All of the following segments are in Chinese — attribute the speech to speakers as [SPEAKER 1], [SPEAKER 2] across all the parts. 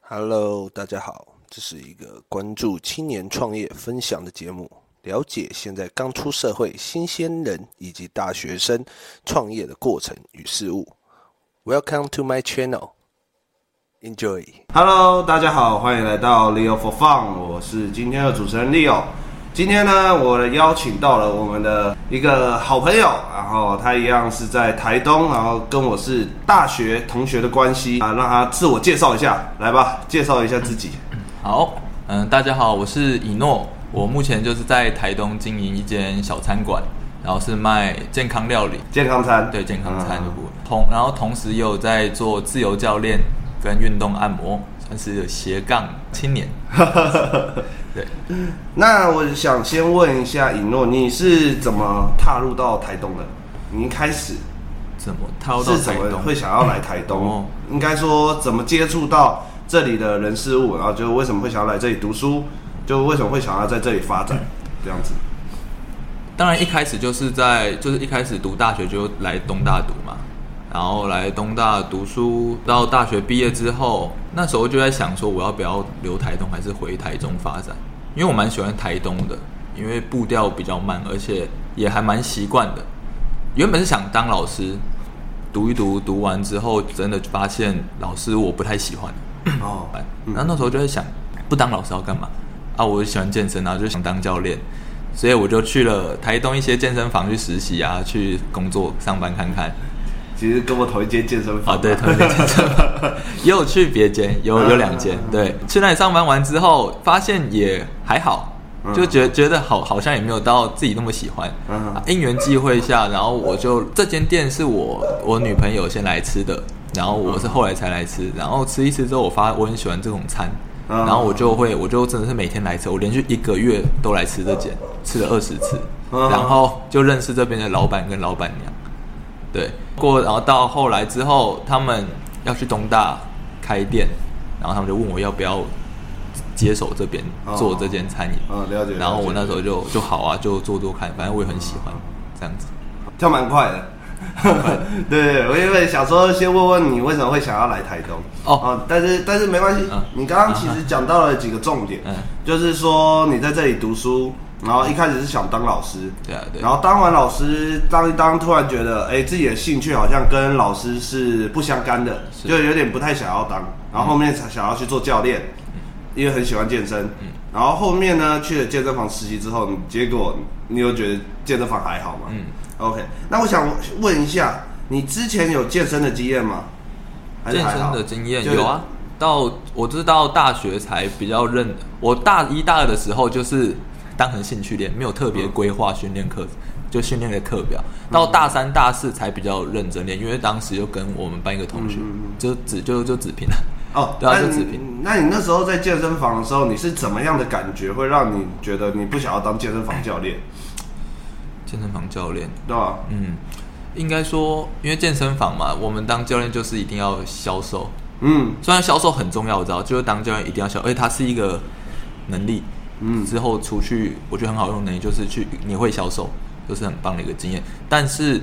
[SPEAKER 1] Hello，大家好，这是一个关注青年创业分享的节目，了解现在刚出社会新鲜人以及大学生创业的过程与事物。Welcome to my channel. Enjoy.
[SPEAKER 2] Hello，大家好，欢迎来到 Leo for Fun，我是今天的主持人 Leo。今天呢，我邀请到了我们的一个好朋友，然后他一样是在台东，然后跟我是大学同学的关系啊，让他自我介绍一下，来吧，介绍一下自己。
[SPEAKER 3] 好，嗯，大家好，我是以诺，我目前就是在台东经营一间小餐馆，然后是卖健康料理，
[SPEAKER 2] 健康餐，
[SPEAKER 3] 对健康餐的
[SPEAKER 2] 嗯
[SPEAKER 3] 部分，同然后同时也有在做自由教练跟运动按摩，算是斜杠青 年。对，
[SPEAKER 2] 那我想先问一下尹诺，你是怎么踏入到台东的？你一开始
[SPEAKER 3] 怎么跳到
[SPEAKER 2] 是
[SPEAKER 3] 台
[SPEAKER 2] 怎么
[SPEAKER 3] 东？
[SPEAKER 2] 会想要来台东？
[SPEAKER 3] 哦
[SPEAKER 2] 应该说怎么接触到这里的人事物，然后就为什么会想要来这里读书，就为什么会想要在这里发
[SPEAKER 3] 嗯
[SPEAKER 2] 展，这样子。
[SPEAKER 3] 当然一开始就是在就是一开始读大学就来东大读嘛，然后来东大读书，到大学毕业之后，那时候就在想说我要不要留台东还是回台中发展，因为我蛮喜欢台东的，因为步调比较慢，而且也还蛮习惯的。原本是想当老师，读一读，读完之后真的发现老师我不太喜欢，
[SPEAKER 2] 哦，
[SPEAKER 3] 班然后那时候就在想，不当老师要干嘛？啊，我喜欢健身啊，就想当教练，所以我就去了台东一些健身房去实习啊，去工作上班看看。
[SPEAKER 2] 其实跟我同一间健身房
[SPEAKER 3] 啊，对，同一间健身房， 也有去别间，有
[SPEAKER 2] 嗯
[SPEAKER 3] 有两间。对，去那里上班完之后，发现也还好，就觉觉得好，好像也没有到自己那么喜欢。
[SPEAKER 2] 嗯
[SPEAKER 3] 啊因缘际会下，然后我就这间店是我我女朋友先来吃的，然后我是后来才来吃，然后吃一吃之后，我发我很喜欢这种餐。
[SPEAKER 2] 嗯
[SPEAKER 3] 然后我就会，我就真的是每天来吃，我连续一个月都来吃这间，吃了二十次，
[SPEAKER 2] 嗯
[SPEAKER 3] 然后就认识这边的老板跟老板娘。对，过然后到后来之后，他们要去东大开店，然后他们就问我要不要接手这边
[SPEAKER 2] 哦
[SPEAKER 3] 做这间餐饮，
[SPEAKER 2] 嗯了解
[SPEAKER 3] 然后
[SPEAKER 2] 了解
[SPEAKER 3] 我那时候就就好啊，就做做看，反正我也很喜欢这样子。
[SPEAKER 2] 跳蛮快的。 对，我因为想说先问问你为什么会想要来台东
[SPEAKER 3] 哦
[SPEAKER 2] 但是但是没关系，
[SPEAKER 3] 嗯
[SPEAKER 2] 你刚刚其实讲到了几个重点，
[SPEAKER 3] 嗯
[SPEAKER 2] 就是说你在这里读书，然后一开始是想当老师，
[SPEAKER 3] 对啊，对
[SPEAKER 2] 然。后当完老师，当一当，突然觉得，哎，自己的兴趣好像跟老师是不相干的，
[SPEAKER 3] 是
[SPEAKER 2] 就有点不太想要当。然后后面才想要去做教练，因为很喜欢健身。
[SPEAKER 3] 嗯
[SPEAKER 2] 然后后面呢，去了健身房实习之后，你结果你又觉得健身房还好嘛？
[SPEAKER 3] 嗯
[SPEAKER 2] OK，那我想问一下，你之前有健身的经验吗？还是
[SPEAKER 3] 健
[SPEAKER 2] 还
[SPEAKER 3] 身
[SPEAKER 2] 好
[SPEAKER 3] 的经验
[SPEAKER 2] 就是
[SPEAKER 3] 有啊，到我就是到大学才比较认。我大一大二的时候就是当成兴趣练，没有特别
[SPEAKER 2] 嗯
[SPEAKER 3] 规划训练课，就训练的课表。到大三大四才比较认真练，因为当时就跟我们班一个同
[SPEAKER 2] 嗯
[SPEAKER 3] 学，就只就就只评了。
[SPEAKER 2] 哦，
[SPEAKER 3] 对啊
[SPEAKER 2] 那
[SPEAKER 3] 就
[SPEAKER 2] 你
[SPEAKER 3] 只平
[SPEAKER 2] 那你那时候在健身房的时候，你是怎么样的感觉，会让你觉得你不想要当健身房教练，
[SPEAKER 3] 健身房教练，
[SPEAKER 2] 对吧？
[SPEAKER 3] 嗯，应该说，因为健身房嘛，我们当教练就是一定要销售，
[SPEAKER 2] 嗯，
[SPEAKER 3] 虽然销售很重要，我知道，就是当教练一定要销，而且它是一个能力。
[SPEAKER 2] 嗯
[SPEAKER 3] 之后出去，我觉得很好用的能力就是去你会销售，就是很棒的一个经验。但是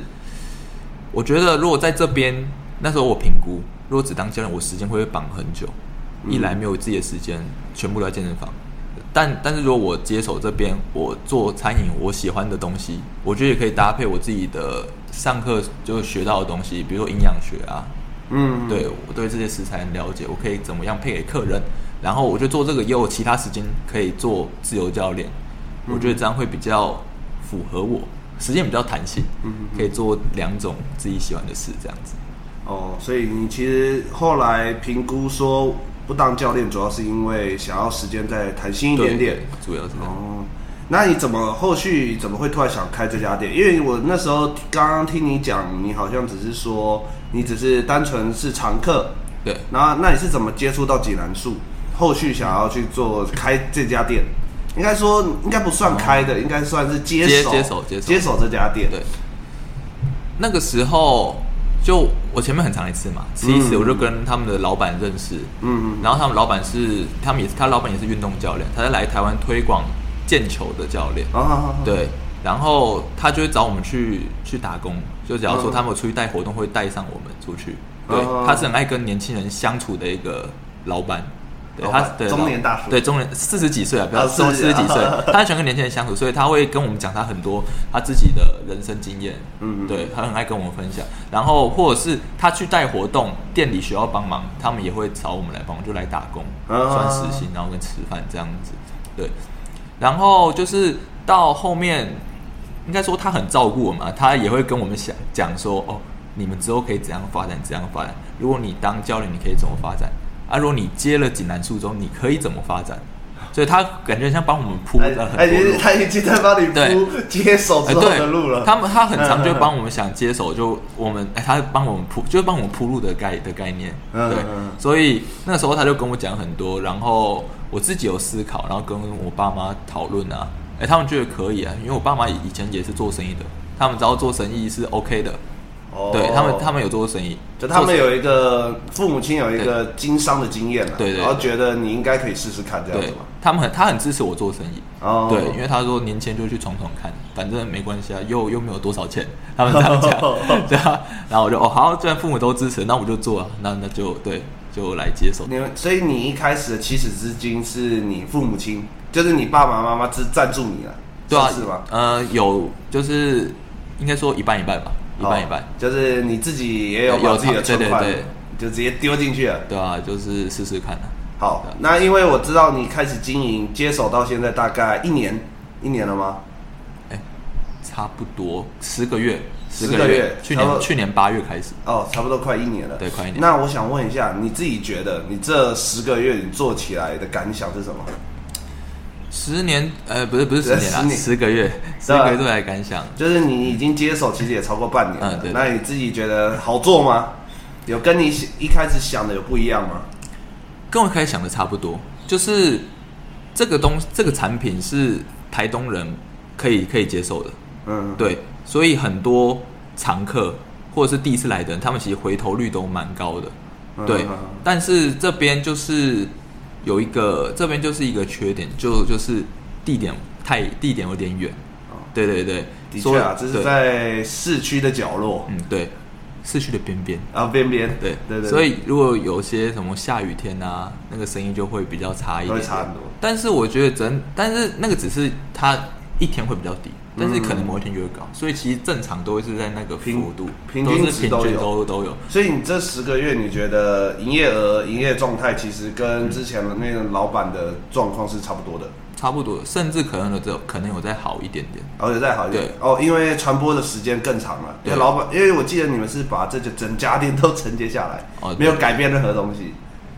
[SPEAKER 3] 我觉得如果在这边，那时候我评估，如果只当教练，我时间会被绑很久。
[SPEAKER 2] 嗯
[SPEAKER 3] 一来没有自己的时间，全部都在健身房。但但是如果我接手这边，我做餐饮我喜欢的东西，我觉得也可以搭配我自己的上课就学到的东西，比如说营养学啊，
[SPEAKER 2] 嗯，
[SPEAKER 3] 对我对这些食材很了解，我可以怎么样配给客人，然后我就做这个，也有其他时间可以做自由教练，
[SPEAKER 2] 嗯
[SPEAKER 3] 我觉得这样会比较符合我，时间比较弹性，
[SPEAKER 2] 嗯
[SPEAKER 3] 可以做两种自己喜欢的事，这样子。
[SPEAKER 2] 哦，所以你其实后来评估说不当教练，主要是因为想要时间再弹性一
[SPEAKER 3] 对
[SPEAKER 2] 点点。
[SPEAKER 3] 对主要是这样。
[SPEAKER 2] 哦，那你怎么后续怎么会突然想开这家店？因为我那时候刚刚听你讲，你好像只是说你只是单纯是常客，
[SPEAKER 3] 对，
[SPEAKER 2] 然后那你是怎么接触到济南树？后续想要去做开这家店，应该说应该不算开的，应该算是接
[SPEAKER 3] 哦接
[SPEAKER 2] 手
[SPEAKER 3] 接手接手
[SPEAKER 2] 接手这家店。
[SPEAKER 3] 对，那个时候就我前面很常来吃嘛，吃一次
[SPEAKER 2] 嗯
[SPEAKER 3] 我就跟他们的老板认识，
[SPEAKER 2] 嗯
[SPEAKER 3] 然后他们老板是他们也是他老板也是运动教练，他在来台湾推广毽球的教练，
[SPEAKER 2] 啊，好好好
[SPEAKER 3] 对，然后他就会找我们去去打工，就假如说他们有出去带活动，会带上我们出去。对
[SPEAKER 2] 嗯，
[SPEAKER 3] 他是很爱跟年轻人相处的一个老板，对
[SPEAKER 2] 老
[SPEAKER 3] 他
[SPEAKER 2] 板
[SPEAKER 3] 对
[SPEAKER 2] 中
[SPEAKER 3] 老
[SPEAKER 2] 年大叔
[SPEAKER 3] 对中年四十几岁啊，不要
[SPEAKER 2] 啊
[SPEAKER 3] 说
[SPEAKER 2] 40
[SPEAKER 3] 四十几岁，他很喜欢跟年轻人相处，所以他会跟我们讲他很多他自己的人生经验，
[SPEAKER 2] 嗯嗯
[SPEAKER 3] 对他很爱跟我们分享，然后或者是他去带活动，店里需要帮忙，他们也会找我们来帮忙，就来打工，
[SPEAKER 2] 啊
[SPEAKER 3] 算时薪，然后跟吃饭这样子，对，然后就是到后面，应该说他很照顾我们啊，他也会跟我们想讲说，哦，你们之后可以怎样发展，怎样发展。如果你当教练，你可以怎么发展？啊，如果你接了锦南树之后，你可以怎么发展？所以他感觉像帮我们铺
[SPEAKER 2] 哎
[SPEAKER 3] 了很
[SPEAKER 2] 哎，
[SPEAKER 3] 多路
[SPEAKER 2] 你。他已经在帮你铺
[SPEAKER 3] 对
[SPEAKER 2] 接手
[SPEAKER 3] 哎，
[SPEAKER 2] 之后的路
[SPEAKER 3] 对，
[SPEAKER 2] 了。
[SPEAKER 3] 他们他很常就
[SPEAKER 2] 嗯嗯嗯
[SPEAKER 3] 帮我们想接手，就我们哎，他帮我们铺，就是帮我们铺路的概的概念，
[SPEAKER 2] 嗯
[SPEAKER 3] 对
[SPEAKER 2] 嗯嗯，
[SPEAKER 3] 所以那时候他就跟我讲很多，然后我自己有思考，然后跟我爸妈讨论啊，哎，他们觉得可以啊，因为我爸妈以以前也是做生意的，他们知道做生意是 OK 的，
[SPEAKER 2] 哦
[SPEAKER 3] 对他们他们有做生意，
[SPEAKER 2] 就他
[SPEAKER 3] 做
[SPEAKER 2] 们
[SPEAKER 3] 生
[SPEAKER 2] 有一个父母亲有一个经商的经验了，
[SPEAKER 3] 对对对
[SPEAKER 2] 然后觉得你应该可以试试看这样子
[SPEAKER 3] 对
[SPEAKER 2] 嘛。，
[SPEAKER 3] 他们很他很支持我做生意，
[SPEAKER 2] 哦
[SPEAKER 3] 对，因为他说年前就去闯闯看，反正没关系啊，又又没有多少钱，他们这样 讲，对啊，然后我就哦好，既然父母都支持，那我就做啊，那那就对，就来接手。
[SPEAKER 2] 你们所以你一开始的起始资金是你父母亲，就是你爸爸妈妈是赞助你了，
[SPEAKER 3] 对啊
[SPEAKER 2] 是吗？，
[SPEAKER 3] 呃，有就是应该说一半一半吧，一半一半
[SPEAKER 2] 哦，就是你自己也有
[SPEAKER 3] 有
[SPEAKER 2] 把自己的
[SPEAKER 3] 对
[SPEAKER 2] 存
[SPEAKER 3] 对
[SPEAKER 2] 款，
[SPEAKER 3] 对
[SPEAKER 2] 就直接丢进去了。
[SPEAKER 3] 对啊，就是试试看啊。
[SPEAKER 2] 好，那因为我知道你开始经营接手到现在大概一年，一年了吗？
[SPEAKER 3] 哎，差不多十个月，
[SPEAKER 2] 十
[SPEAKER 3] 十
[SPEAKER 2] 个
[SPEAKER 3] 个
[SPEAKER 2] 月
[SPEAKER 3] 去
[SPEAKER 2] 差不多
[SPEAKER 3] 年去年八月开始，
[SPEAKER 2] 哦，差不多快一年了。
[SPEAKER 3] 对快一年
[SPEAKER 2] 那我想问一下，你自己觉得你这十个月你做起来的感想是什么？
[SPEAKER 3] 十年，呃，不是不是十年
[SPEAKER 2] 十
[SPEAKER 3] 啊，
[SPEAKER 2] 年
[SPEAKER 3] 十个月，十
[SPEAKER 2] 对啊
[SPEAKER 3] 个月都来感想，
[SPEAKER 2] 就是你已经接手，其实也超过半年了。
[SPEAKER 3] 嗯对
[SPEAKER 2] 那你自己觉得好做吗？有跟你一开始想的有不一样吗？
[SPEAKER 3] 跟我一开始想的差不多，就是这个东这个产品是台东人可以可以接受的，
[SPEAKER 2] 嗯，
[SPEAKER 3] 对，所以很多常客或者是第一次来的人，他们其实回头率都蛮高的，
[SPEAKER 2] 嗯
[SPEAKER 3] 对
[SPEAKER 2] 嗯。
[SPEAKER 3] 但是这边就是有一个，这边就是一个缺点，就就是地点太地点有点远
[SPEAKER 2] 哦，
[SPEAKER 3] 对对对，
[SPEAKER 2] 的
[SPEAKER 3] 所
[SPEAKER 2] 确
[SPEAKER 3] 以
[SPEAKER 2] 啊，这是
[SPEAKER 3] 对
[SPEAKER 2] 在市区的角落，
[SPEAKER 3] 嗯对，市区的边边，
[SPEAKER 2] 然后边边，
[SPEAKER 3] 对
[SPEAKER 2] 对对，
[SPEAKER 3] 所以如果有些什么下雨天啊，那个声音就会比较差一
[SPEAKER 2] 都
[SPEAKER 3] 点
[SPEAKER 2] 会
[SPEAKER 3] 点，
[SPEAKER 2] 差很多。
[SPEAKER 3] 但是我觉得整，但是那个只是它一天会比较低，
[SPEAKER 2] 嗯
[SPEAKER 3] 但是可能某一天就会高，所以其实正常都会是在那个幅度，
[SPEAKER 2] 平
[SPEAKER 3] 都
[SPEAKER 2] 平均
[SPEAKER 3] 是
[SPEAKER 2] 值
[SPEAKER 3] 平
[SPEAKER 2] 都
[SPEAKER 3] 均
[SPEAKER 2] 有
[SPEAKER 3] 都都有。
[SPEAKER 2] 所以你这十个月，你觉得营业额、营业状态其实跟之前的那个老板的状况是差不多的，
[SPEAKER 3] 差不多，甚至可能有这可能有再好一点点。
[SPEAKER 2] 然后也再好一点
[SPEAKER 3] 对
[SPEAKER 2] 哦，因为传播的时间更长了。因为
[SPEAKER 3] 对
[SPEAKER 2] 老板，因为我记得你们是把这个整家店都承接下来，
[SPEAKER 3] 哦
[SPEAKER 2] 没有改变任何东西，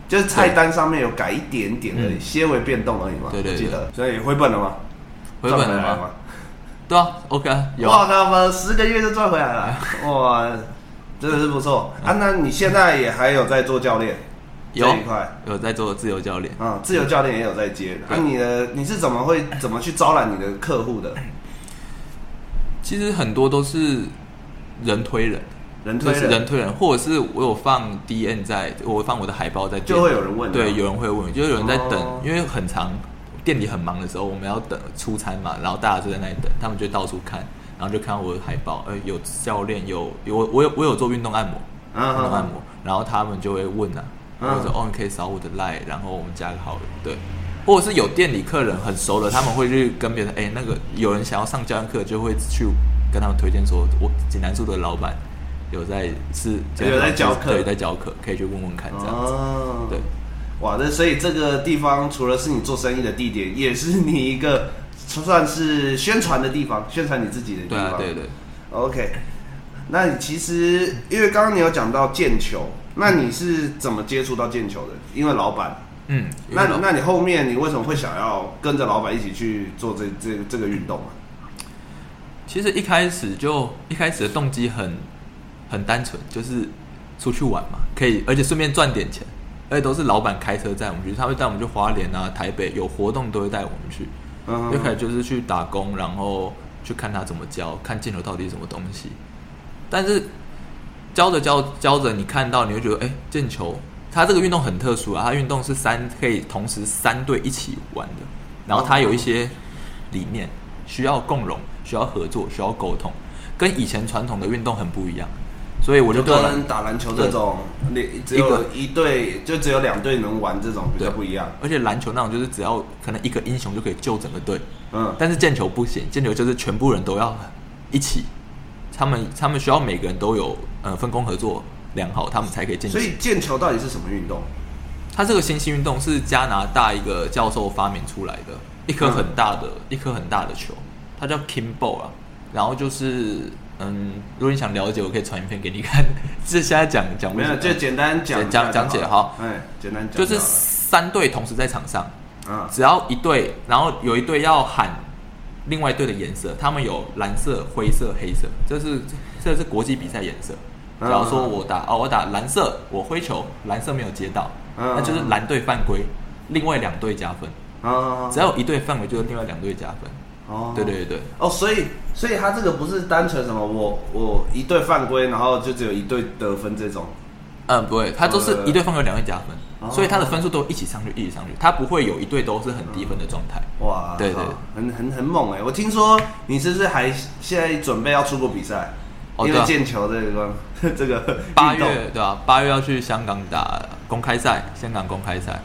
[SPEAKER 2] 就是菜单上面有改一点点而已，
[SPEAKER 3] 嗯
[SPEAKER 2] 些微变动而已嘛。
[SPEAKER 3] 对对
[SPEAKER 2] 我
[SPEAKER 3] 对
[SPEAKER 2] 记得，所以回本了吗？
[SPEAKER 3] 回本
[SPEAKER 2] 赚回
[SPEAKER 3] 了
[SPEAKER 2] 来
[SPEAKER 3] 吗？？对啊，OK 啊，有啊
[SPEAKER 2] 哇，他们十个月就赚回来 了，哇，真的是不错啊！那你现在也还有在做教练
[SPEAKER 3] 有啊
[SPEAKER 2] 这一块？
[SPEAKER 3] 有在做自由教练。
[SPEAKER 2] 啊、自由教练也有在接。那、
[SPEAKER 3] 对
[SPEAKER 2] 你的你是怎么会怎么去招揽你的客户的？
[SPEAKER 3] 其实很多都是人推人，
[SPEAKER 2] 人推
[SPEAKER 3] 就是
[SPEAKER 2] 人，
[SPEAKER 3] 人推人，或者是我有放 DN 在，我放我的海报在店里，
[SPEAKER 2] 就会有人问你啊
[SPEAKER 3] 对，有人会问，就是有人在等，
[SPEAKER 2] 哦
[SPEAKER 3] 因为很长，店里很忙的时候，我们要等出餐嘛，然后大家就在那里等，他们就到处看，然后就看我的海报，呃，有教练，有有我我有我有做运动按摩，
[SPEAKER 2] 嗯
[SPEAKER 3] 运动按摩，然后他们就会问啊，
[SPEAKER 2] 嗯
[SPEAKER 3] 或者说哦，你可以扫我的 line，然后我们加个好友，对。或者是有店里客人很熟的，他们会去跟别人，哎、那个有人想要上教练课，就会去跟他们推荐说，我济南住的老板有在是
[SPEAKER 2] 有在教课
[SPEAKER 3] 对，在教课，可以去问问看这样子。
[SPEAKER 2] 哦
[SPEAKER 3] 对，
[SPEAKER 2] 哇，那所以这个地方除了是你做生意的地点，也是你一个算是宣传的地方，宣传你自己的地
[SPEAKER 3] 对
[SPEAKER 2] 方。
[SPEAKER 3] 啊，对对。
[SPEAKER 2] OK，那你其实因为刚刚你有讲到毽球，那你是怎么接触到毽球的？因为老板。
[SPEAKER 3] 嗯，
[SPEAKER 2] 那
[SPEAKER 3] 因为老
[SPEAKER 2] 那你后面你为什么会想要跟着老板一起去做这这这个运动啊？
[SPEAKER 3] 其实一开始就一开始的动机很很单纯，就是出去玩嘛，可以，而且顺便赚点钱，而且都是老板开车载我们去，他会带我们去花莲啊、台北有活动都会带我们去，
[SPEAKER 2] 嗯
[SPEAKER 3] 就开始就是去打工，然后去看他怎么教，看镜头到底是什么东西。但是教着教教着，你看到你会觉得，哎，毽球，它这个运动很特殊啊，它运动是三可以同时三队一起玩的，然后它有一些理念需要共融，需要合作，需要沟通，跟以前传统的运动很不一样。所以我就
[SPEAKER 2] 就
[SPEAKER 3] 跟
[SPEAKER 2] 跟打篮球这种，你只有一队，就只有两队能玩，这种比较
[SPEAKER 3] 对
[SPEAKER 2] 不一样。
[SPEAKER 3] 而且篮球那种就是只要可能一个英雄就可以救整个队，
[SPEAKER 2] 嗯，
[SPEAKER 3] 但是毽球不行，毽球就是全部人都要一起，他们他们需要每个人都有呃分工合作良好，他们才可以进
[SPEAKER 2] 所
[SPEAKER 3] 去。
[SPEAKER 2] 以毽球到底是什么运动？
[SPEAKER 3] 它这个新兴运动是加拿大一个教授发明出来的，一颗很大的、
[SPEAKER 2] 嗯
[SPEAKER 3] 一颗很大的球，它叫 Kimball 啊。然后就是嗯，如果你想了解，我可以传影片给你看。 这现在讲讲不
[SPEAKER 2] 没有，
[SPEAKER 3] 完
[SPEAKER 2] 就简单讲
[SPEAKER 3] 讲讲解
[SPEAKER 2] 好
[SPEAKER 3] 好。
[SPEAKER 2] 哎，简单讲
[SPEAKER 3] 就
[SPEAKER 2] 好
[SPEAKER 3] 是三队同时在场上，
[SPEAKER 2] 嗯
[SPEAKER 3] 只要一队，然后有一队要喊另外一队的颜色，他们有蓝色、灰色、黑色，这是这是国际比赛颜色。
[SPEAKER 2] 嗯
[SPEAKER 3] 假如说我打哦，我打蓝色，我挥球，蓝色没有接到，
[SPEAKER 2] 嗯
[SPEAKER 3] 那就是蓝队犯规，另外两队加分。
[SPEAKER 2] 啊，
[SPEAKER 3] 只要有一队犯规，就是另外两队加分。
[SPEAKER 2] 哦
[SPEAKER 3] 对对对
[SPEAKER 2] 哦，所以所以他这个不是单纯什么我我一队犯规，然后就只有一队得分这种。
[SPEAKER 3] 嗯，不会，他都是
[SPEAKER 2] 呃
[SPEAKER 3] 一队犯规，两队加
[SPEAKER 2] 哦
[SPEAKER 3] 分，所以他的分数都一起上去，一起上去，他不会有一队都是很低分的状态。
[SPEAKER 2] 哇，
[SPEAKER 3] 对对
[SPEAKER 2] 好很很很猛哎！我听说你是不是还现在准备要出国比赛？
[SPEAKER 3] 哦
[SPEAKER 2] 因为
[SPEAKER 3] 对啊
[SPEAKER 2] 毽球这个 这个
[SPEAKER 3] 八
[SPEAKER 2] 运动
[SPEAKER 3] 月对吧、八月要去香港打公开赛，香港公开赛。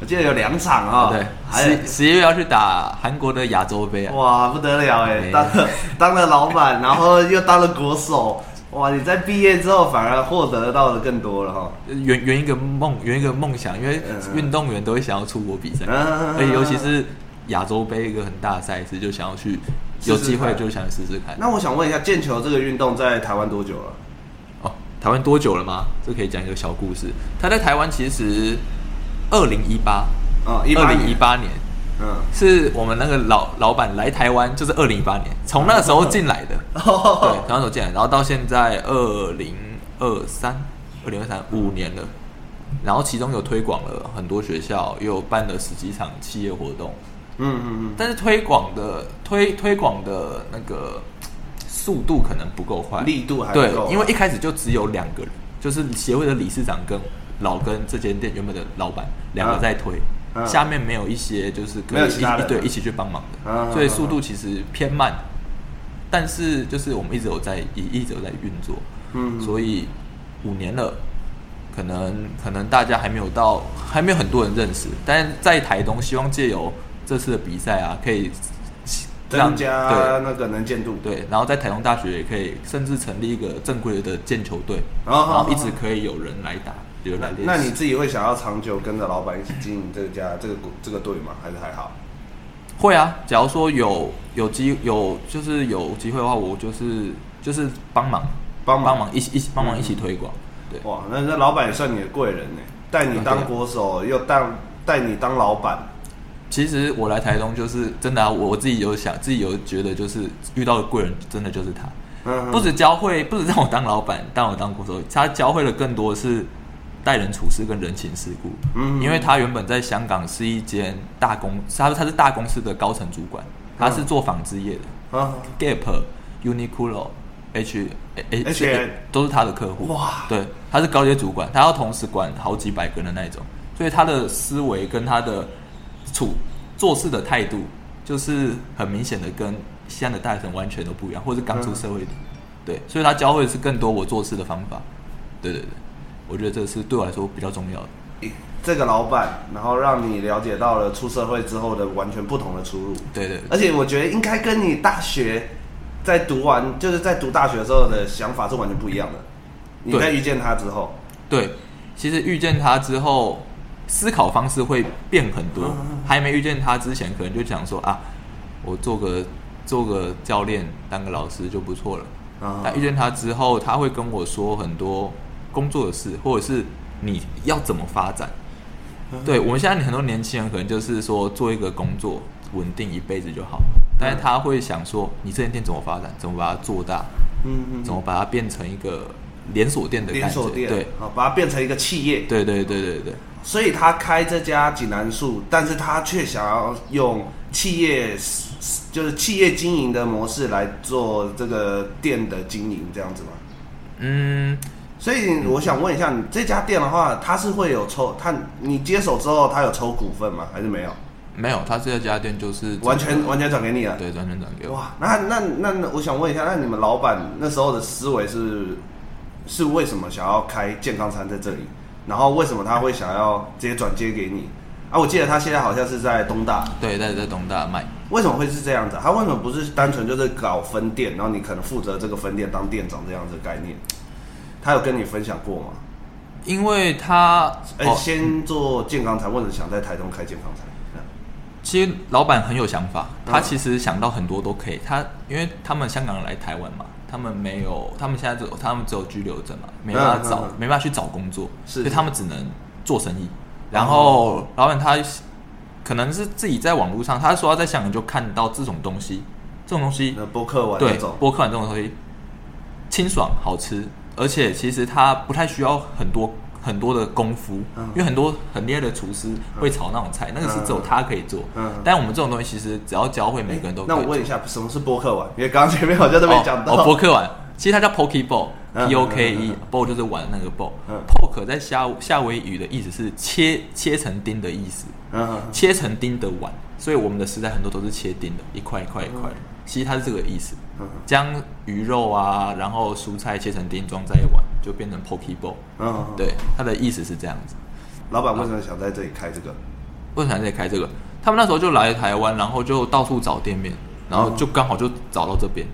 [SPEAKER 2] 我记得有两场啊、
[SPEAKER 3] 哦对，
[SPEAKER 2] 还有
[SPEAKER 3] 十十一月要去打韩国的亚洲杯啊。
[SPEAKER 2] 哇不得了哎，
[SPEAKER 3] 哎
[SPEAKER 2] 当了当了老板，然后又当了国手，哇！你在毕业之后反而获得到的更多了哈、
[SPEAKER 3] 圆圆一个梦，圆一个梦想，因为
[SPEAKER 2] 嗯嗯
[SPEAKER 3] 运动员都会想要出国比赛，
[SPEAKER 2] 嗯
[SPEAKER 3] 而且尤其是亚洲杯一个很大的赛事，就想要去
[SPEAKER 2] 试试
[SPEAKER 3] 有机会
[SPEAKER 2] 看
[SPEAKER 3] 就想试试看。
[SPEAKER 2] 那我想问一下，毽球这个运动在台湾多久了？
[SPEAKER 3] 哦，台湾多久了吗？这可以讲一个小故事。他在台湾其实二零一八，
[SPEAKER 2] 哦，一
[SPEAKER 3] 二
[SPEAKER 2] 八
[SPEAKER 3] 零一
[SPEAKER 2] 年，
[SPEAKER 3] 八年
[SPEAKER 2] 嗯，
[SPEAKER 3] 是我们那个老老板来台湾，就是二零一八年，从那时候进来的。对，台湾手进来，然后到现在二零二三，二零二三五年了。然后其中有推广了很多学校，也有办了十几场企业活动，
[SPEAKER 2] 嗯嗯
[SPEAKER 3] 但是推广的推推广的那个速度可能不够快，
[SPEAKER 2] 嗯，力度还不
[SPEAKER 3] 对
[SPEAKER 2] 够，
[SPEAKER 3] 因为一开始就只有两个人，就是协会的理事长跟老跟这间店原本的老板两个在推，
[SPEAKER 2] 嗯
[SPEAKER 3] 下面没有一些就是可
[SPEAKER 2] 没有
[SPEAKER 3] 以
[SPEAKER 2] 其
[SPEAKER 3] 一
[SPEAKER 2] 他人
[SPEAKER 3] 一对一起去帮忙的，
[SPEAKER 2] 嗯
[SPEAKER 3] 所以速度其实偏慢。但是就是我们一直有在一一直有在运作，
[SPEAKER 2] 嗯
[SPEAKER 3] 所以五年了，可能可能大家还没有到，还没有很多人认识，但是在台东希望借由这次的比赛啊，可以让
[SPEAKER 2] 增加
[SPEAKER 3] 对
[SPEAKER 2] 那个能见度，
[SPEAKER 3] 对，然后在台东大学也可以，甚至成立一个正规的毽球队，
[SPEAKER 2] 哦
[SPEAKER 3] 然后一
[SPEAKER 2] 哦
[SPEAKER 3] 直
[SPEAKER 2] 哦
[SPEAKER 3] 可以有人来打，有人来
[SPEAKER 2] 那
[SPEAKER 3] 练习。
[SPEAKER 2] 那你自己会想要长久跟着老板一起经营这个
[SPEAKER 3] 嗯
[SPEAKER 2] 家这个股这个队吗？还是还好？
[SPEAKER 3] 会啊？假如说有有机有就是有机会的话，我就是就是帮忙
[SPEAKER 2] 帮忙嗯
[SPEAKER 3] 帮忙一起一起帮忙一起推广。对，
[SPEAKER 2] 哇，那那老板也算你的贵人呢，带你当国手，又当带你当老板，
[SPEAKER 3] 其实我来台东就是真的啊，我我自己有想自己有觉得就是遇到的贵人真的就是他。
[SPEAKER 2] 嗯，
[SPEAKER 3] 不止教会， 不止让我当老板，让我当鼓手，他教会了更多是待人处事跟人情世故。
[SPEAKER 2] 嗯
[SPEAKER 3] 因为他原本在香港是一间大公，他他是大公司的高层主管，他
[SPEAKER 2] 嗯
[SPEAKER 3] 是做纺织业的、
[SPEAKER 2] 啊，
[SPEAKER 3] g a p Uniqlo、H H
[SPEAKER 2] H&M
[SPEAKER 3] 都是他的客户。
[SPEAKER 2] 哇
[SPEAKER 3] 对，他是高阶主管，他要同时管好几百个人的那一种，所以他的思维跟他的处做事的态度，就是很明显的跟西安的大神完全都不一样，或是刚出社会的，对，所以他教会的是更多我做事的方法，对对对，我觉得这是对我来说比较重要的，
[SPEAKER 2] 嗯这个老板，然后让你了解到了出社会之后的完全不同的出路，
[SPEAKER 3] 对对对
[SPEAKER 2] 而且我觉得应该跟你大学在读完就是在读大学的时候的想法是完全不一样的。你
[SPEAKER 3] 对
[SPEAKER 2] 在遇见他之后，
[SPEAKER 3] 对，其实遇见他之后，思考方式会变很多，
[SPEAKER 2] 嗯
[SPEAKER 3] 还没遇见他之前，可能就想说啊，我做个做个教练，当个老师就不错了。
[SPEAKER 2] 啊
[SPEAKER 3] 但遇见他之后，他会跟我说很多工作的事，或者是你要怎么发展。
[SPEAKER 2] 嗯
[SPEAKER 3] 对我们现在很多年轻人可能就是说做一个工作稳定一辈子就好，但是他会想说你这间店怎么发展，怎么把它做大，
[SPEAKER 2] 嗯嗯，
[SPEAKER 3] 怎么把它变成一个连锁店的
[SPEAKER 2] 连
[SPEAKER 3] 感觉
[SPEAKER 2] 锁，店，
[SPEAKER 3] 对。
[SPEAKER 2] 好，把它变成一个企业，
[SPEAKER 3] 对对对对对，
[SPEAKER 2] 所以他开这家济南树，但是他却想要用企业，就是企业经营的模式来做这个店的经营，这样子嘛。
[SPEAKER 3] 嗯，
[SPEAKER 2] 所以我想问一下，你这家店的话，它是会有抽，它你接手之后，它有抽股份吗？还是没有？
[SPEAKER 3] 没有，他这家店就是
[SPEAKER 2] 完全完全转给你了。
[SPEAKER 3] 对完全转给我。
[SPEAKER 2] 哇，那那那，那我想问一下，那你们老板那时候的思维是是为什么想要开健康餐在这里，然后为什么他会想要直接转接给你啊？我记得他现在好像是在东大，
[SPEAKER 3] 对，在在东大卖，
[SPEAKER 2] 为什么会是这样子啊？他为什么不是单纯就是搞分店，然后你可能负责这个分店当店长这样子的概念？他有跟你分享过吗？
[SPEAKER 3] 因为他
[SPEAKER 2] 哎、
[SPEAKER 3] 哦，
[SPEAKER 2] 先做健康餐，或者想在台东开健康餐，这样
[SPEAKER 3] 其实老板很有想法，他
[SPEAKER 2] 嗯
[SPEAKER 3] 其实想到很多都可以。他因为他们香港人来台湾嘛，他们没有，他们现在只有他们只有居留证嘛，没办法
[SPEAKER 2] 嗯
[SPEAKER 3] 找，
[SPEAKER 2] 嗯嗯
[SPEAKER 3] 没办法去找工作，
[SPEAKER 2] 是
[SPEAKER 3] 所以
[SPEAKER 2] 是哦
[SPEAKER 3] 他们只能做生意。然后老板他可能是自己在网络上，他说他在香港就看到这种东西，这种东西
[SPEAKER 2] 那播客完
[SPEAKER 3] 对
[SPEAKER 2] 那种，
[SPEAKER 3] 波克兰这种东西清爽好吃，而且其实它不太需要很多很多的功夫，
[SPEAKER 2] 嗯
[SPEAKER 3] 因为很多很厉害的厨师会炒那种菜，那个是只有他可以做。
[SPEAKER 2] 嗯嗯
[SPEAKER 3] 但我们这种东西其实只要教会每个人都可以
[SPEAKER 2] 那
[SPEAKER 3] 做。
[SPEAKER 2] 我问一下，什么是播客碗？因为刚刚前面好像都没讲到。
[SPEAKER 3] 哦，哦波克碗，其实它叫 poke bowl。
[SPEAKER 2] 嗯
[SPEAKER 3] P O K E
[SPEAKER 2] 嗯
[SPEAKER 3] bowl 就是玩那个 bowl、
[SPEAKER 2] 嗯
[SPEAKER 3] poke 在夏夏威夷语的意思是切切成丁的意思，
[SPEAKER 2] 嗯，
[SPEAKER 3] 切成丁的碗，所以我们的食材很多都是切丁的，一块一块一块的。其实它是这个意思
[SPEAKER 2] 嗯，
[SPEAKER 3] 将鱼肉啊，然后蔬菜切成丁装在一碗，就变成 poke bowl。
[SPEAKER 2] 嗯，对。
[SPEAKER 3] 对，它的意思是这样子。
[SPEAKER 2] 老板为什么想在这里开这个？
[SPEAKER 3] 为什么在开这个？他们那时候就来台湾，然后就到处找店面，然后就刚好就找到这边，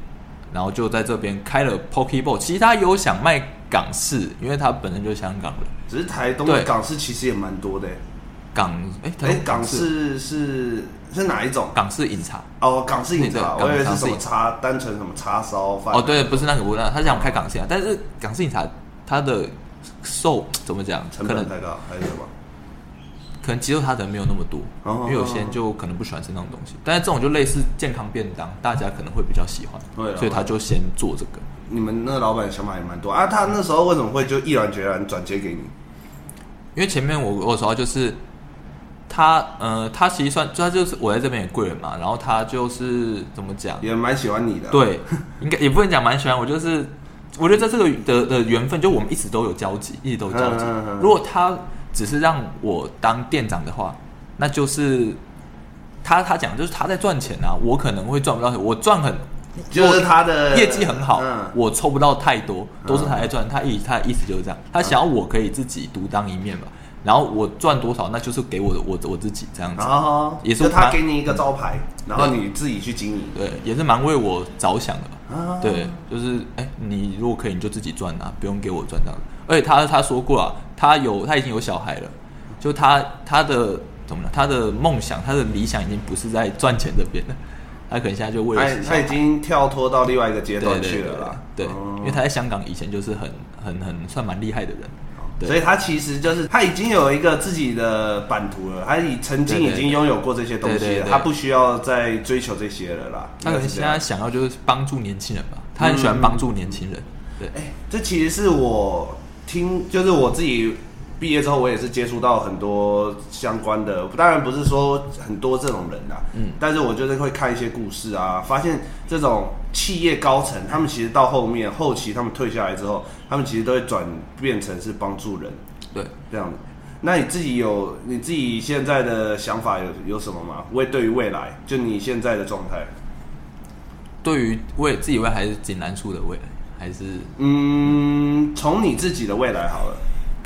[SPEAKER 3] 然后就在这边开了 poke bowl。其实他有想卖港式，因为他本身就是香港人。
[SPEAKER 2] 只是台东的
[SPEAKER 3] 对
[SPEAKER 2] 港式其实也蛮多的、欸。
[SPEAKER 3] 港哎，
[SPEAKER 2] 哎、
[SPEAKER 3] 台湾
[SPEAKER 2] 港式是是哪一种？
[SPEAKER 3] 港式饮茶
[SPEAKER 2] 哦，港式饮
[SPEAKER 3] 对
[SPEAKER 2] 茶，
[SPEAKER 3] 港
[SPEAKER 2] 我以为是
[SPEAKER 3] 港
[SPEAKER 2] 什
[SPEAKER 3] 式
[SPEAKER 2] 么叉，单纯什么叉烧饭。
[SPEAKER 3] 哦，，对，不是那个不是那个，他想开港式饮茶，但是港式饮茶它的售怎么讲？
[SPEAKER 2] 成
[SPEAKER 3] 可能
[SPEAKER 2] 本太高还是什么？
[SPEAKER 3] 可能接受它的人没有那么多，
[SPEAKER 2] 哦
[SPEAKER 3] 因为有些人就可能不喜欢吃那种东西。但是这种就类似健康便当，大家可能会比较喜欢，
[SPEAKER 2] 对啊
[SPEAKER 3] 所以他就先做这个。
[SPEAKER 2] 你们那个老板想法也蛮多啊。他那时候为什么会就毅然决然转接给你？
[SPEAKER 3] 因为前面我我有说到就是他，呃，他其实算，就他就是我在这边也贵人嘛，然后他就是怎么讲？
[SPEAKER 2] 也蛮喜欢你的。，
[SPEAKER 3] 对，应该也不能讲蛮喜欢我，就是我觉得在这个的的缘分，就我们一直都有交集，一直都有交集
[SPEAKER 2] 嗯嗯嗯。
[SPEAKER 3] 如果他只是让我当店长的话，那就是他他讲就是他在赚钱啊，我可能会赚不到钱，我赚很
[SPEAKER 2] 就是他的
[SPEAKER 3] 业绩很好，
[SPEAKER 2] 嗯，
[SPEAKER 3] 我凑不到太多，都是他在赚。他意他的意思就是这样，他想要我可以自己独当一面吧。然后我赚多少，那就是给我的我我自己这样子
[SPEAKER 2] 然。后
[SPEAKER 3] 也是
[SPEAKER 2] 就他
[SPEAKER 3] 蛮
[SPEAKER 2] 给你一个招牌，然后你自己去经营。
[SPEAKER 3] 对，也是蛮为我着想的吧。
[SPEAKER 2] 啊，
[SPEAKER 3] 对，就是哎、你如果可以，你就自己赚啊，不用给我赚这样子。而且他他说过啊，他有他已经有小孩了，就他他的怎么了？他的梦想，他的理想已经不是在赚钱这边了，他可能现在就为
[SPEAKER 2] 他
[SPEAKER 3] 了
[SPEAKER 2] 他已经跳脱到另外一个阶
[SPEAKER 3] 对
[SPEAKER 2] 段
[SPEAKER 3] 哎对
[SPEAKER 2] 去
[SPEAKER 3] 对
[SPEAKER 2] 了啦。
[SPEAKER 3] 对，
[SPEAKER 2] 嗯
[SPEAKER 3] 因为他在香港以前就是很很很算蛮厉害的人，对
[SPEAKER 2] 所以他其实就是他已经有一个自己的版图了，他已曾经
[SPEAKER 3] 对对
[SPEAKER 2] 已经拥有过这些东
[SPEAKER 3] 对
[SPEAKER 2] 西
[SPEAKER 3] 对
[SPEAKER 2] 了，
[SPEAKER 3] 对
[SPEAKER 2] 他不需要再追求这些了啦。
[SPEAKER 3] 他可能
[SPEAKER 2] 应该是
[SPEAKER 3] 现
[SPEAKER 2] 这样
[SPEAKER 3] 在想要就是帮助年轻人吧，他很喜欢帮助年轻人，对，
[SPEAKER 2] 哎、这其实是我听，就是我自己毕业之后，我也是接触到很多相关的，当然不是说很多这种人啊，嗯，但是我就是会看一些故事啊，发现这种企业高层，他们其实到后面后期他们退下来之后，他们其实都会转变成是帮助人
[SPEAKER 3] 对。
[SPEAKER 2] 这样子。那你自己有你自己现在的想法有有什么吗？为对于未来，就你现在的状态，
[SPEAKER 3] 对于未自己未来还是井栏树的未来，还是
[SPEAKER 2] 嗯，从你自己的未来好了，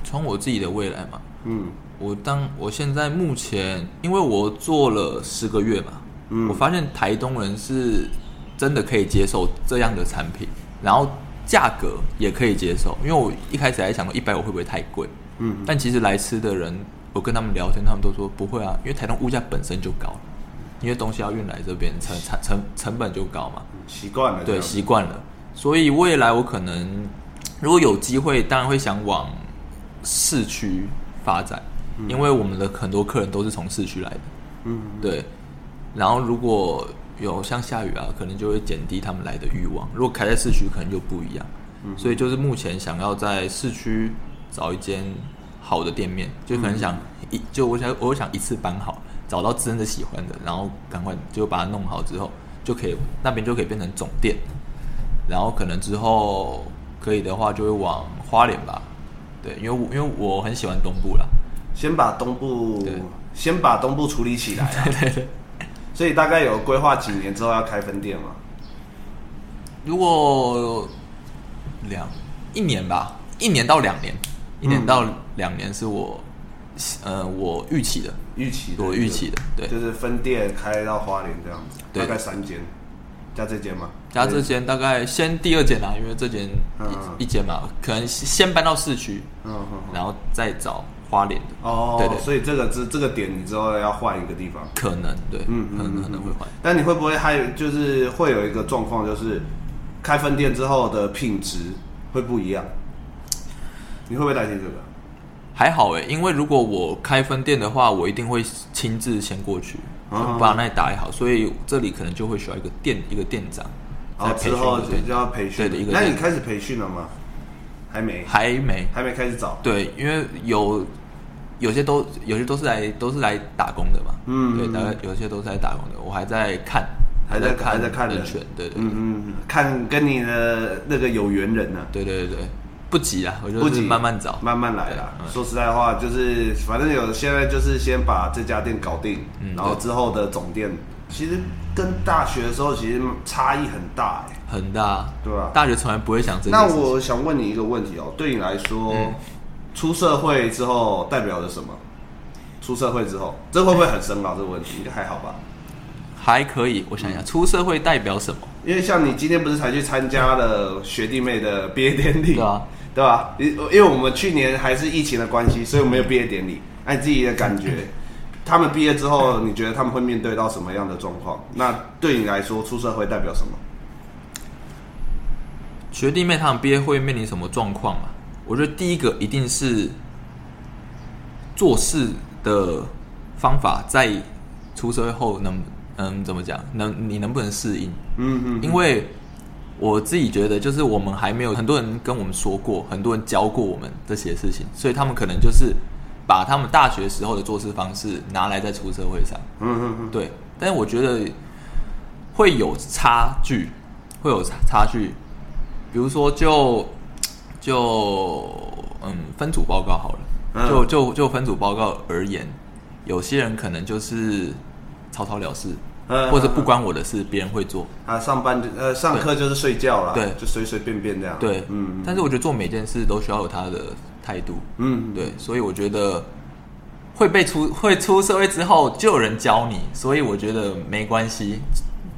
[SPEAKER 3] 从我自己的未来嘛？
[SPEAKER 2] 嗯
[SPEAKER 3] 我当我现在目前，因为我做了十个月嘛，
[SPEAKER 2] 嗯
[SPEAKER 3] 我发现台东人是真的可以接受这样的产品，然后价格也可以接受，因为我一开始还想说一百五会不会太贵，
[SPEAKER 2] 嗯。
[SPEAKER 3] 但其实来吃的人，我跟他们聊天，他们都说不会啊，因为台东物价本身就高，因为东西要运来这边，成成成成本就高嘛，
[SPEAKER 2] 习惯了，
[SPEAKER 3] 对，习惯了。所以未来我可能如果有机会，当然会想往市区发展，因为我们的很多客人都是从市区来的。
[SPEAKER 2] 嗯，
[SPEAKER 3] 对，然后如果有像下雨啊，可能就会减低他们来的欲望。如果开在市区，可能就不一样。所以就是目前想要在市区找一间好的店面，就可能想一就我想我想一次搬好，找到真的喜欢的，然后赶快就把它弄好之后，就可以那边就可以变成总店，然后可能之后可以的话就会往花莲吧。对，因为我因为我很喜欢东部啦，
[SPEAKER 2] 先把东部
[SPEAKER 3] 对
[SPEAKER 2] 先把东部处理起 来、啊，对对对。所以大概有规划几年之后要开分店嘛？
[SPEAKER 3] 如果两一年吧，一年到两年，一年到两年是我，呃，我预期的，
[SPEAKER 2] 预期的
[SPEAKER 3] 我预期的，对，
[SPEAKER 2] 就是分店开到花莲这样子，
[SPEAKER 3] 对
[SPEAKER 2] 大概三间，加这间吗？
[SPEAKER 3] 加这间大概先第二间啦，因为这间
[SPEAKER 2] 嗯
[SPEAKER 3] 一一间嘛，可能先搬到市区，
[SPEAKER 2] 嗯，嗯嗯
[SPEAKER 3] 然后再找花莲的，
[SPEAKER 2] 哦，
[SPEAKER 3] 对对
[SPEAKER 2] 所以这个这这个点你之后要换一个地方，
[SPEAKER 3] 可能对，
[SPEAKER 2] 嗯嗯
[SPEAKER 3] 可能
[SPEAKER 2] 嗯
[SPEAKER 3] 可能会换。
[SPEAKER 2] 但你会不会还有就是会有一个状况，就是开分店之后的品质会不一样？你会不会担心这个？
[SPEAKER 3] 还好诶，因为如果我开分店的话，我一定会亲自先过去，
[SPEAKER 2] 哦
[SPEAKER 3] 把那里打理好，所以这里可能就会需要一个店一个店长，
[SPEAKER 2] 然后
[SPEAKER 3] 再培
[SPEAKER 2] 哦之
[SPEAKER 3] 训
[SPEAKER 2] 后
[SPEAKER 3] 一个店
[SPEAKER 2] 就要培训，
[SPEAKER 3] 对的一个
[SPEAKER 2] 那你
[SPEAKER 3] 店
[SPEAKER 2] 开始培训了吗？还没，
[SPEAKER 3] 还没
[SPEAKER 2] 还没开始找。
[SPEAKER 3] 对，因为有有些都有些都是来都是来打工的嘛，
[SPEAKER 2] 嗯
[SPEAKER 3] 对，大概有些都是来打工的，我还在看，
[SPEAKER 2] 还在
[SPEAKER 3] 在
[SPEAKER 2] 还在看
[SPEAKER 3] 人
[SPEAKER 2] 人
[SPEAKER 3] 选，对对
[SPEAKER 2] 嗯嗯，嗯看跟你的那个有缘人呢、啊。
[SPEAKER 3] 对对对对，不急啊，我
[SPEAKER 2] 不
[SPEAKER 3] 就是
[SPEAKER 2] 急，
[SPEAKER 3] 慢慢找，
[SPEAKER 2] 慢慢来啦。
[SPEAKER 3] 对嗯
[SPEAKER 2] 说实在话，就是反正有现在就是先把这家店搞定，
[SPEAKER 3] 嗯
[SPEAKER 2] 然后
[SPEAKER 3] 对
[SPEAKER 2] 之后的总店，其实跟大学的时候其实差异很大、欸，
[SPEAKER 3] 很大，
[SPEAKER 2] 对吧、
[SPEAKER 3] 大学从来不会想这件
[SPEAKER 2] 那
[SPEAKER 3] 事情。嗯
[SPEAKER 2] 我想问你一个问题哦、对你来说，出社会之后代表着什么？出社会之后，这会不会很深奥？这个问题应该还好吧？
[SPEAKER 3] 还可以，我想想，出社会代表什么？
[SPEAKER 2] 因为像你今天不是才去参加了学弟妹的毕业典礼，
[SPEAKER 3] 对啊，
[SPEAKER 2] 对吧？因因为我们去年还是疫情的关系，所以我们没有毕业典礼。哎，你自己的 感觉，他们毕业之后，你觉得他们会面对到什么样的状况？那对你来说，出社会代表什么？
[SPEAKER 3] 学弟妹他们毕业会面临什么状况啊？我觉得第一个一定是做事的方法，在出社会后能嗯怎么讲，能你能不能适应？
[SPEAKER 2] 嗯嗯，
[SPEAKER 3] 因为我自己觉得，就是我们还没有很多人跟我们说过，很多人教过我们这些事情，所以他们可能就是把他们大学时候的做事方式拿来在出社会上。
[SPEAKER 2] 嗯嗯嗯，
[SPEAKER 3] 对，但是我觉得会有差距，会有差差距。比如说就，就嗯分组报告好了，
[SPEAKER 2] 嗯
[SPEAKER 3] 就就就分组报告而言，有些人可能就是草草了事，
[SPEAKER 2] 嗯
[SPEAKER 3] 或者不关我的事，别人会做。
[SPEAKER 2] 啊，上班就呃上课就是睡觉啦，
[SPEAKER 3] 对
[SPEAKER 2] 就随随便便这样。
[SPEAKER 3] 对，
[SPEAKER 2] 嗯
[SPEAKER 3] 但是我觉得做每件事都需要有他的态度，
[SPEAKER 2] 嗯，
[SPEAKER 3] 对，所以我觉得会被出会出社会之后就有人教你，所以我觉得没关系，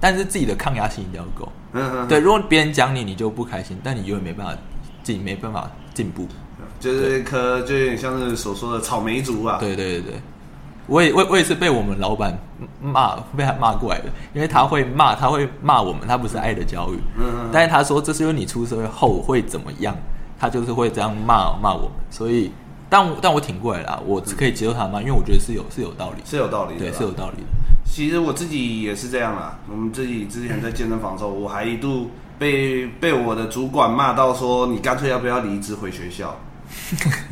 [SPEAKER 3] 但是自己的抗压性一定要够。
[SPEAKER 2] 嗯嗯，
[SPEAKER 3] 对，如果别人讲你，你就不开心，但你永远没办法进，没办法进步。
[SPEAKER 2] 就是一颗就有点像是所说的草莓族啊。
[SPEAKER 3] 对对对对，我也我我也是被我们老板
[SPEAKER 2] 嗯
[SPEAKER 3] 骂，被他骂过来的，因为他会骂，他会骂我们，他不是爱的教育。
[SPEAKER 2] 嗯，嗯嗯，
[SPEAKER 3] 但是他说这是因为你出社会后会怎么样，他就是会这样骂骂我们，所以但我但我挺过来啦，我可以接受他骂，因为我觉得是有是有道理，
[SPEAKER 2] 是有道理的
[SPEAKER 3] 对
[SPEAKER 2] 啦，
[SPEAKER 3] 是有道理的。
[SPEAKER 2] 其实我自己也是这样啦。我们自己之前在健身房的时候，我还一度被被我的主管骂到说：“你干脆要不要离职回学校？”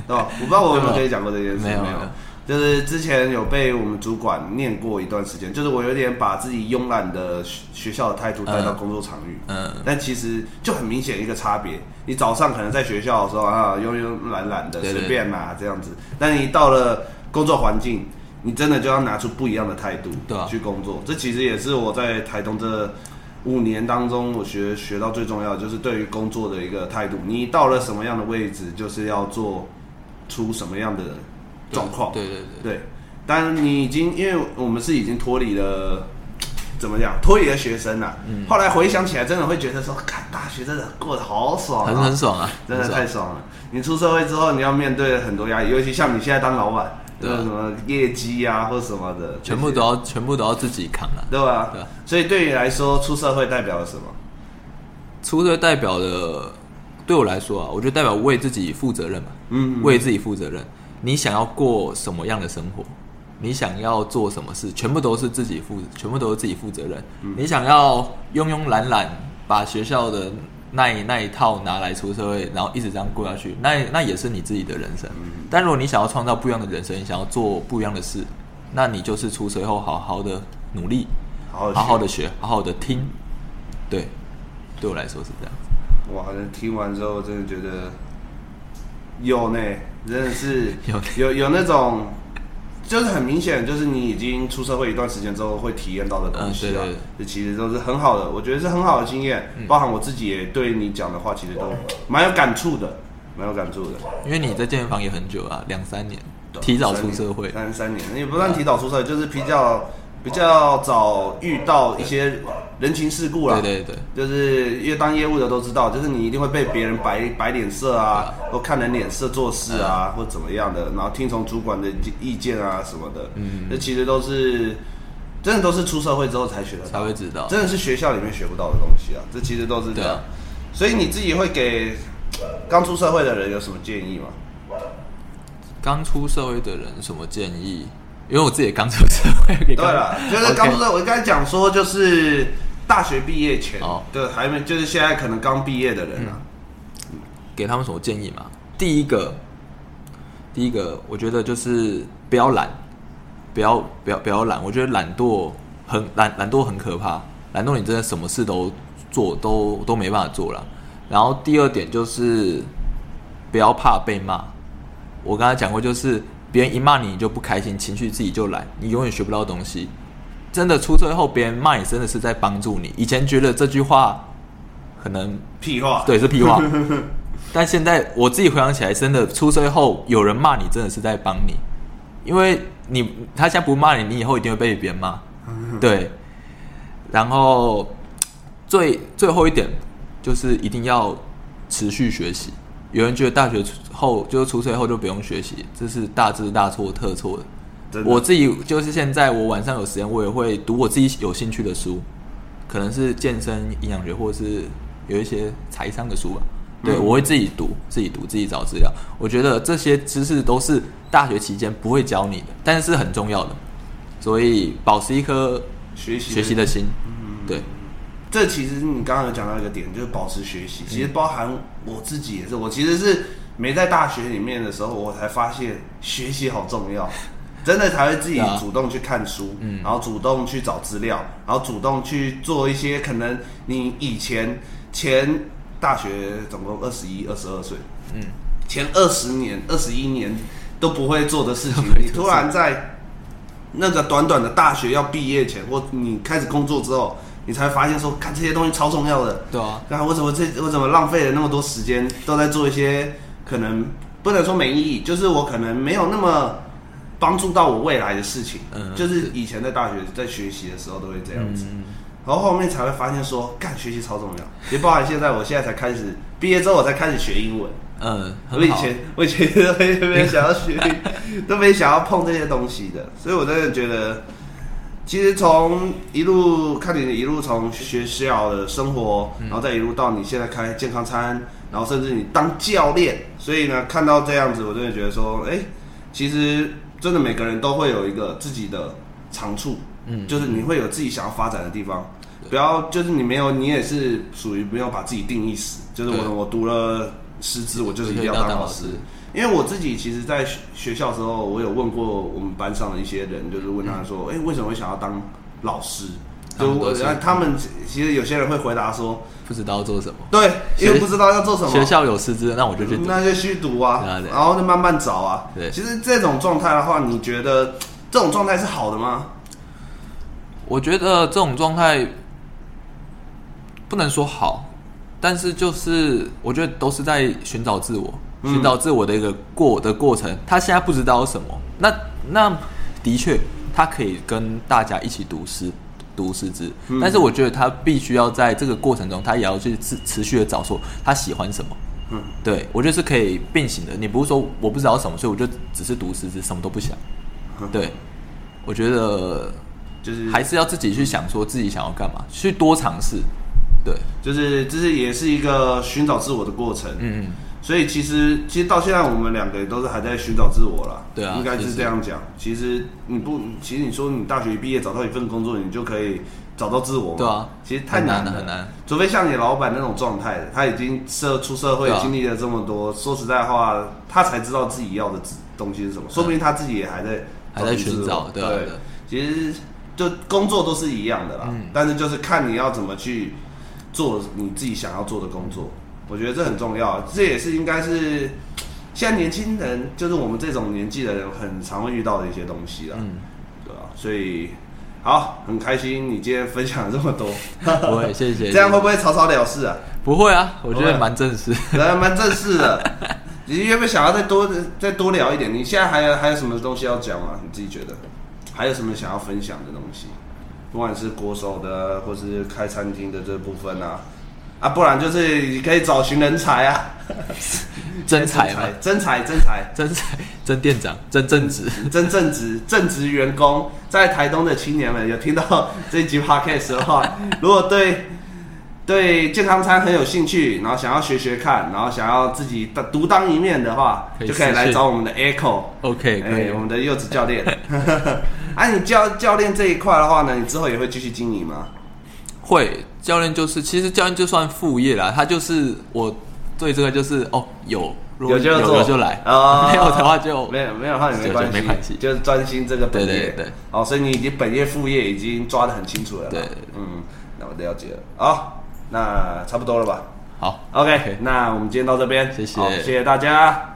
[SPEAKER 2] 对吧？我不知道我有没有跟你讲过这件事，
[SPEAKER 3] 没有
[SPEAKER 2] 没有
[SPEAKER 3] 没有。
[SPEAKER 2] 就是之前有被我们主管念过一段时间，就是我有点把自己慵懒的学学校的态度带到
[SPEAKER 3] 嗯
[SPEAKER 2] 工作场域，
[SPEAKER 3] 嗯，
[SPEAKER 2] 但其实就很明显一个差别。你早上可能在学校的时候啊，慵慵懒懒的
[SPEAKER 3] 对对
[SPEAKER 2] 随便啦、这样子，但你到了工作环境，你真的就要拿出不一样的态度
[SPEAKER 3] 对啊
[SPEAKER 2] 去工作。这其实也是我在台东这五年当中，我学学到最重要的就是对于工作的一个态度。你到了什么样的位置，就是要做出什么样的
[SPEAKER 3] 对
[SPEAKER 2] 状况。
[SPEAKER 3] 对对对。
[SPEAKER 2] 对，但你已经因为我们是已经脱离了，怎么讲，脱离了学生啊。
[SPEAKER 3] 嗯
[SPEAKER 2] 后来回想起来，真的会觉得说，看大学真的过得好爽、啊，
[SPEAKER 3] 很很爽啊，
[SPEAKER 2] 真的
[SPEAKER 3] 很
[SPEAKER 2] 太
[SPEAKER 3] 爽
[SPEAKER 2] 爽了。你出社会之后，你要面对很多压力，尤其像你现在当老板，
[SPEAKER 3] 对
[SPEAKER 2] 有
[SPEAKER 3] 啊
[SPEAKER 2] 什么业绩啊或什么的，
[SPEAKER 3] 全部
[SPEAKER 2] 这些
[SPEAKER 3] 都要全部都要自己扛啊。
[SPEAKER 2] 对吧？
[SPEAKER 3] 对啊
[SPEAKER 2] 所以对你来说，出社会代表了什么？
[SPEAKER 3] 出队代表的，对我来说啊，我觉得代表为自己负责任嘛，
[SPEAKER 2] 嗯，
[SPEAKER 3] 为自己负责任。你想要过什么样的生活，你想要做什么事，全部都是自己负，全部都是自己负责任。
[SPEAKER 2] 嗯
[SPEAKER 3] 你想要慵慵懒懒，把学校的那一那一套拿来出社会，然后一直这样过下去，那那也是你自己的人生。
[SPEAKER 2] 嗯
[SPEAKER 3] 但如果你想要创造不一样的人生，你想要做不一样的事，那你就是出社会后好好的努力，
[SPEAKER 2] 好
[SPEAKER 3] 好好
[SPEAKER 2] 的
[SPEAKER 3] 的学，好好的听。对，对我来说是这样子。
[SPEAKER 2] 学，哇！听完之后，真的觉得有呢，真的是
[SPEAKER 3] 有
[SPEAKER 2] 有有那种，就是很明显，就是你已经出社会一段时间之后会体验到的东西
[SPEAKER 3] 嗯对
[SPEAKER 2] 啊
[SPEAKER 3] 对对，嗯
[SPEAKER 2] 这其实都是很好的，我觉得是很好的经验。包含我自己也对你讲的话，其实都蛮有感触的，蛮有感触的。
[SPEAKER 3] 因为你在健身房也很久啊，两三年，提早出社会，嗯
[SPEAKER 2] 三三年也不算提早出社会，就是比较比较早遇到一些人情世故啦。
[SPEAKER 3] 对对对，
[SPEAKER 2] 就是因为当业务的都知道，就是你一定会被别人摆摆脸色啊，或看人脸色做事啊，或怎么样的，然后听从主管的意见啊什么的。嗯，这其实都是真的都是出社会之后才学的，
[SPEAKER 3] 才会知道。
[SPEAKER 2] 真的是学校里面学不到的东西啊。这其实都是这
[SPEAKER 3] 对
[SPEAKER 2] 样
[SPEAKER 3] 啊。
[SPEAKER 2] 所以你自己会给刚出社会的人有什么建议吗？
[SPEAKER 3] 刚出社会的人什么建议？因为我自己也刚出社会，对
[SPEAKER 2] 对了，就是刚出社会，我刚才讲说就是大学毕业前
[SPEAKER 3] 哦，嗯
[SPEAKER 2] 对，还没就是现在可能刚毕业的人啊，
[SPEAKER 3] 给他们什么建议嘛？第一个，第一个，我觉得就是不要懒，不要不要不要懒。我觉得懒惰很懒，懒惰很可怕。懒惰你真的什么事都做都都没办法做了。然后第二点就是不要怕被骂。我刚才讲过，就是别人一骂你，你就不开心，情绪自己就来，你永远学不到东西。真的出社会后，别人骂你真的是在帮助你。以前觉得这句话可能
[SPEAKER 2] 屁话，
[SPEAKER 3] 对，是屁 话。但现在我自己回想起来，真的出社会后有人骂你，真的是在帮你，因为你他现在不骂你，你以后一定会被别人骂。
[SPEAKER 2] 嗯
[SPEAKER 3] 对，然后最最后一点就是一定要持续学习。有人觉得大学出后就是出社会后就不用学习，这是大错大错特错的。
[SPEAKER 2] 真的
[SPEAKER 3] 我自己就是现在，我晚上有时间，我也会读我自己有兴趣的书，可能是健身、营养学，或者是有一些财商的书吧。
[SPEAKER 2] 嗯
[SPEAKER 3] 对，我会自己读，自己读，自己找资料。我觉得这些知识都是大学期间不会教你的，但是很重要的，所以保持一颗
[SPEAKER 2] 学习
[SPEAKER 3] 学习的心。对，
[SPEAKER 2] 嗯这其实你刚刚有讲到一个点，就是保持学习。其实包含我自己也是，我其实是没在大学里面的时候，我才发现学习好重 要，真的才会自己
[SPEAKER 3] 对啊
[SPEAKER 2] 主动去看书，然后主动去找资料，然后主动去做一些可能你以前前大学总共二十一、二十二岁，嗯，前二十年、二十一年都不会做的事情，你突然在那个短短的大学要毕业前，或你开始工作之后，你才发现说，看这些东西超重要的。
[SPEAKER 3] 对啊，
[SPEAKER 2] 那我怎么这我怎么浪费了那么多时间都在做一些可能不能说没意义，就是我可能没有那么帮助到我未来的事情。
[SPEAKER 3] 嗯
[SPEAKER 2] 就是以前在大学在学习的时候都会这样子，然后后面才会发现说，干学习超重要。也包含现在，我现在才开始毕业之后，我才开始学英文。
[SPEAKER 3] 嗯，
[SPEAKER 2] 我
[SPEAKER 3] 很
[SPEAKER 2] 以
[SPEAKER 3] 好。
[SPEAKER 2] 前我以前都没都没想要学，都没想要碰这些东西的，所以我真的觉得，其实从一路看你一路从学校的生活，
[SPEAKER 3] 嗯
[SPEAKER 2] 然后再一路到你现在开健康餐，然后甚至你当教练，所以呢，看到这样子，我真的觉得说，哎、其实真的每个人都会有一个自己的长处，嗯，就是你会有自己想要发展的地方。不要，就是你没有，你也是属于不要把自己定义死。就是
[SPEAKER 3] 对
[SPEAKER 2] 我，我读了师资，我就是一定要当老师。因为我自己其实，在学学校的时候，我有问过我们班上的一些人，就是问他说：“
[SPEAKER 3] 嗯
[SPEAKER 2] 哎、为什么会想要当老师？”
[SPEAKER 3] 他
[SPEAKER 2] 就
[SPEAKER 3] 们
[SPEAKER 2] 我，
[SPEAKER 3] 都是
[SPEAKER 2] 然后他们其实有些人会回答说
[SPEAKER 3] 不知道做什么，：“
[SPEAKER 2] 对，因为
[SPEAKER 3] 学
[SPEAKER 2] 不知道要做什么。”
[SPEAKER 3] 学校有师资，那我就去读。
[SPEAKER 2] 那就虚读啊
[SPEAKER 3] 对啊对，啊
[SPEAKER 2] 然后就慢慢找啊。
[SPEAKER 3] 对
[SPEAKER 2] 其实这种状态的话，你觉得这种状态是好的吗？
[SPEAKER 3] 我觉得这种状态不能说好，但是就是我觉得都是在寻找自我，寻找自我的一个过的过程。他现在不知道什么，那那的确他可以跟大家一起读诗。读诗字，但是我觉得他必须要在这个过程中，他也要去持持续的找说他喜欢什么。
[SPEAKER 2] 嗯，
[SPEAKER 3] 对我觉得是可以并行的。你不是说我不知道什么，所以我就只是读诗字，什么都不想。对，我觉得
[SPEAKER 2] 就是
[SPEAKER 3] 还是要自己去想，说自己想要干嘛，去多尝试。对，
[SPEAKER 2] 就是这是也是一个寻找自我的过程。
[SPEAKER 3] 嗯，
[SPEAKER 2] 所以其实其实到现在我们两个也都是还在寻找自我啦，
[SPEAKER 3] 对啊
[SPEAKER 2] 应该
[SPEAKER 3] 其
[SPEAKER 2] 是
[SPEAKER 3] 实
[SPEAKER 2] 这样讲。其实你不，其实你说你大学毕业找到一份工作，你就可以找到自我嘛，
[SPEAKER 3] 对啊
[SPEAKER 2] 其实太
[SPEAKER 3] 很难
[SPEAKER 2] 了，
[SPEAKER 3] 的很难。
[SPEAKER 2] 除非像你老板那种状态的，他已经社出社会
[SPEAKER 3] 对啊
[SPEAKER 2] 经历了这么多，说实在话，他才知道自己要的东西是什么，说不定他自己也还在
[SPEAKER 3] 还在寻
[SPEAKER 2] 自
[SPEAKER 3] 找
[SPEAKER 2] 我
[SPEAKER 3] 对
[SPEAKER 2] 对
[SPEAKER 3] 啊对啊嗯
[SPEAKER 2] 其实就工作都是一样的啦，但是就是看你要怎么去做你自己想要做的工作，我觉得这很重要，这也是应该是现在年轻人就是我们这种年纪的人，很常会遇到的一些东西啦，
[SPEAKER 3] 嗯，
[SPEAKER 2] 对吧、所以好，很开心你今天分享了这么 多，
[SPEAKER 3] 不会，谢谢。
[SPEAKER 2] 这样会不
[SPEAKER 3] 会
[SPEAKER 2] 会草草了事啊？
[SPEAKER 3] 不会啊？我觉
[SPEAKER 2] 不会
[SPEAKER 3] 得蛮正 式。
[SPEAKER 2] 来蛮正式的。你有没有想要再多再多聊一点？你现在还有还有什么东西要讲吗？你自己觉得还有什么想要分享的东西？不管是国手的，或是开餐厅的这部分啊，啊，不然就是你可以找寻人才啊，
[SPEAKER 3] 真才嘛，
[SPEAKER 2] 真才，真才，
[SPEAKER 3] 真才，真店长，真正直。
[SPEAKER 2] 真正职正职员工，在台东的青年们有听到这一集 podcast 的话，如果对对健康餐很有兴趣，然后想要学学看，然后想要自己独独当一面的话，
[SPEAKER 3] 可以
[SPEAKER 2] 就可以来
[SPEAKER 3] 私讯
[SPEAKER 2] 找我们的 Echo，
[SPEAKER 3] OK，可以
[SPEAKER 2] 哎，我。们的柚子教练。 啊，你教教练这一块的话呢，你之后也会继续经营吗？
[SPEAKER 3] 会教练就是，其实教练就算副业啦，他就是我对这个就是哦有，如果
[SPEAKER 2] 有就
[SPEAKER 3] 有
[SPEAKER 2] 做
[SPEAKER 3] 有就来，
[SPEAKER 2] 哦
[SPEAKER 3] 没有的话就
[SPEAKER 2] 没有没有的话也没
[SPEAKER 3] 就
[SPEAKER 2] 关系，
[SPEAKER 3] 没关系
[SPEAKER 2] 就是专心这个本业。
[SPEAKER 3] 对对对
[SPEAKER 2] 哦，所以你已经本业副业已经抓得很清楚了啦。
[SPEAKER 3] 对对对
[SPEAKER 2] 嗯，那我了解了。好，那差不多了吧
[SPEAKER 3] 好。
[SPEAKER 2] ？OK，,
[SPEAKER 3] OK
[SPEAKER 2] 那我们今天到这边，
[SPEAKER 3] 谢谢
[SPEAKER 2] 好谢谢大家。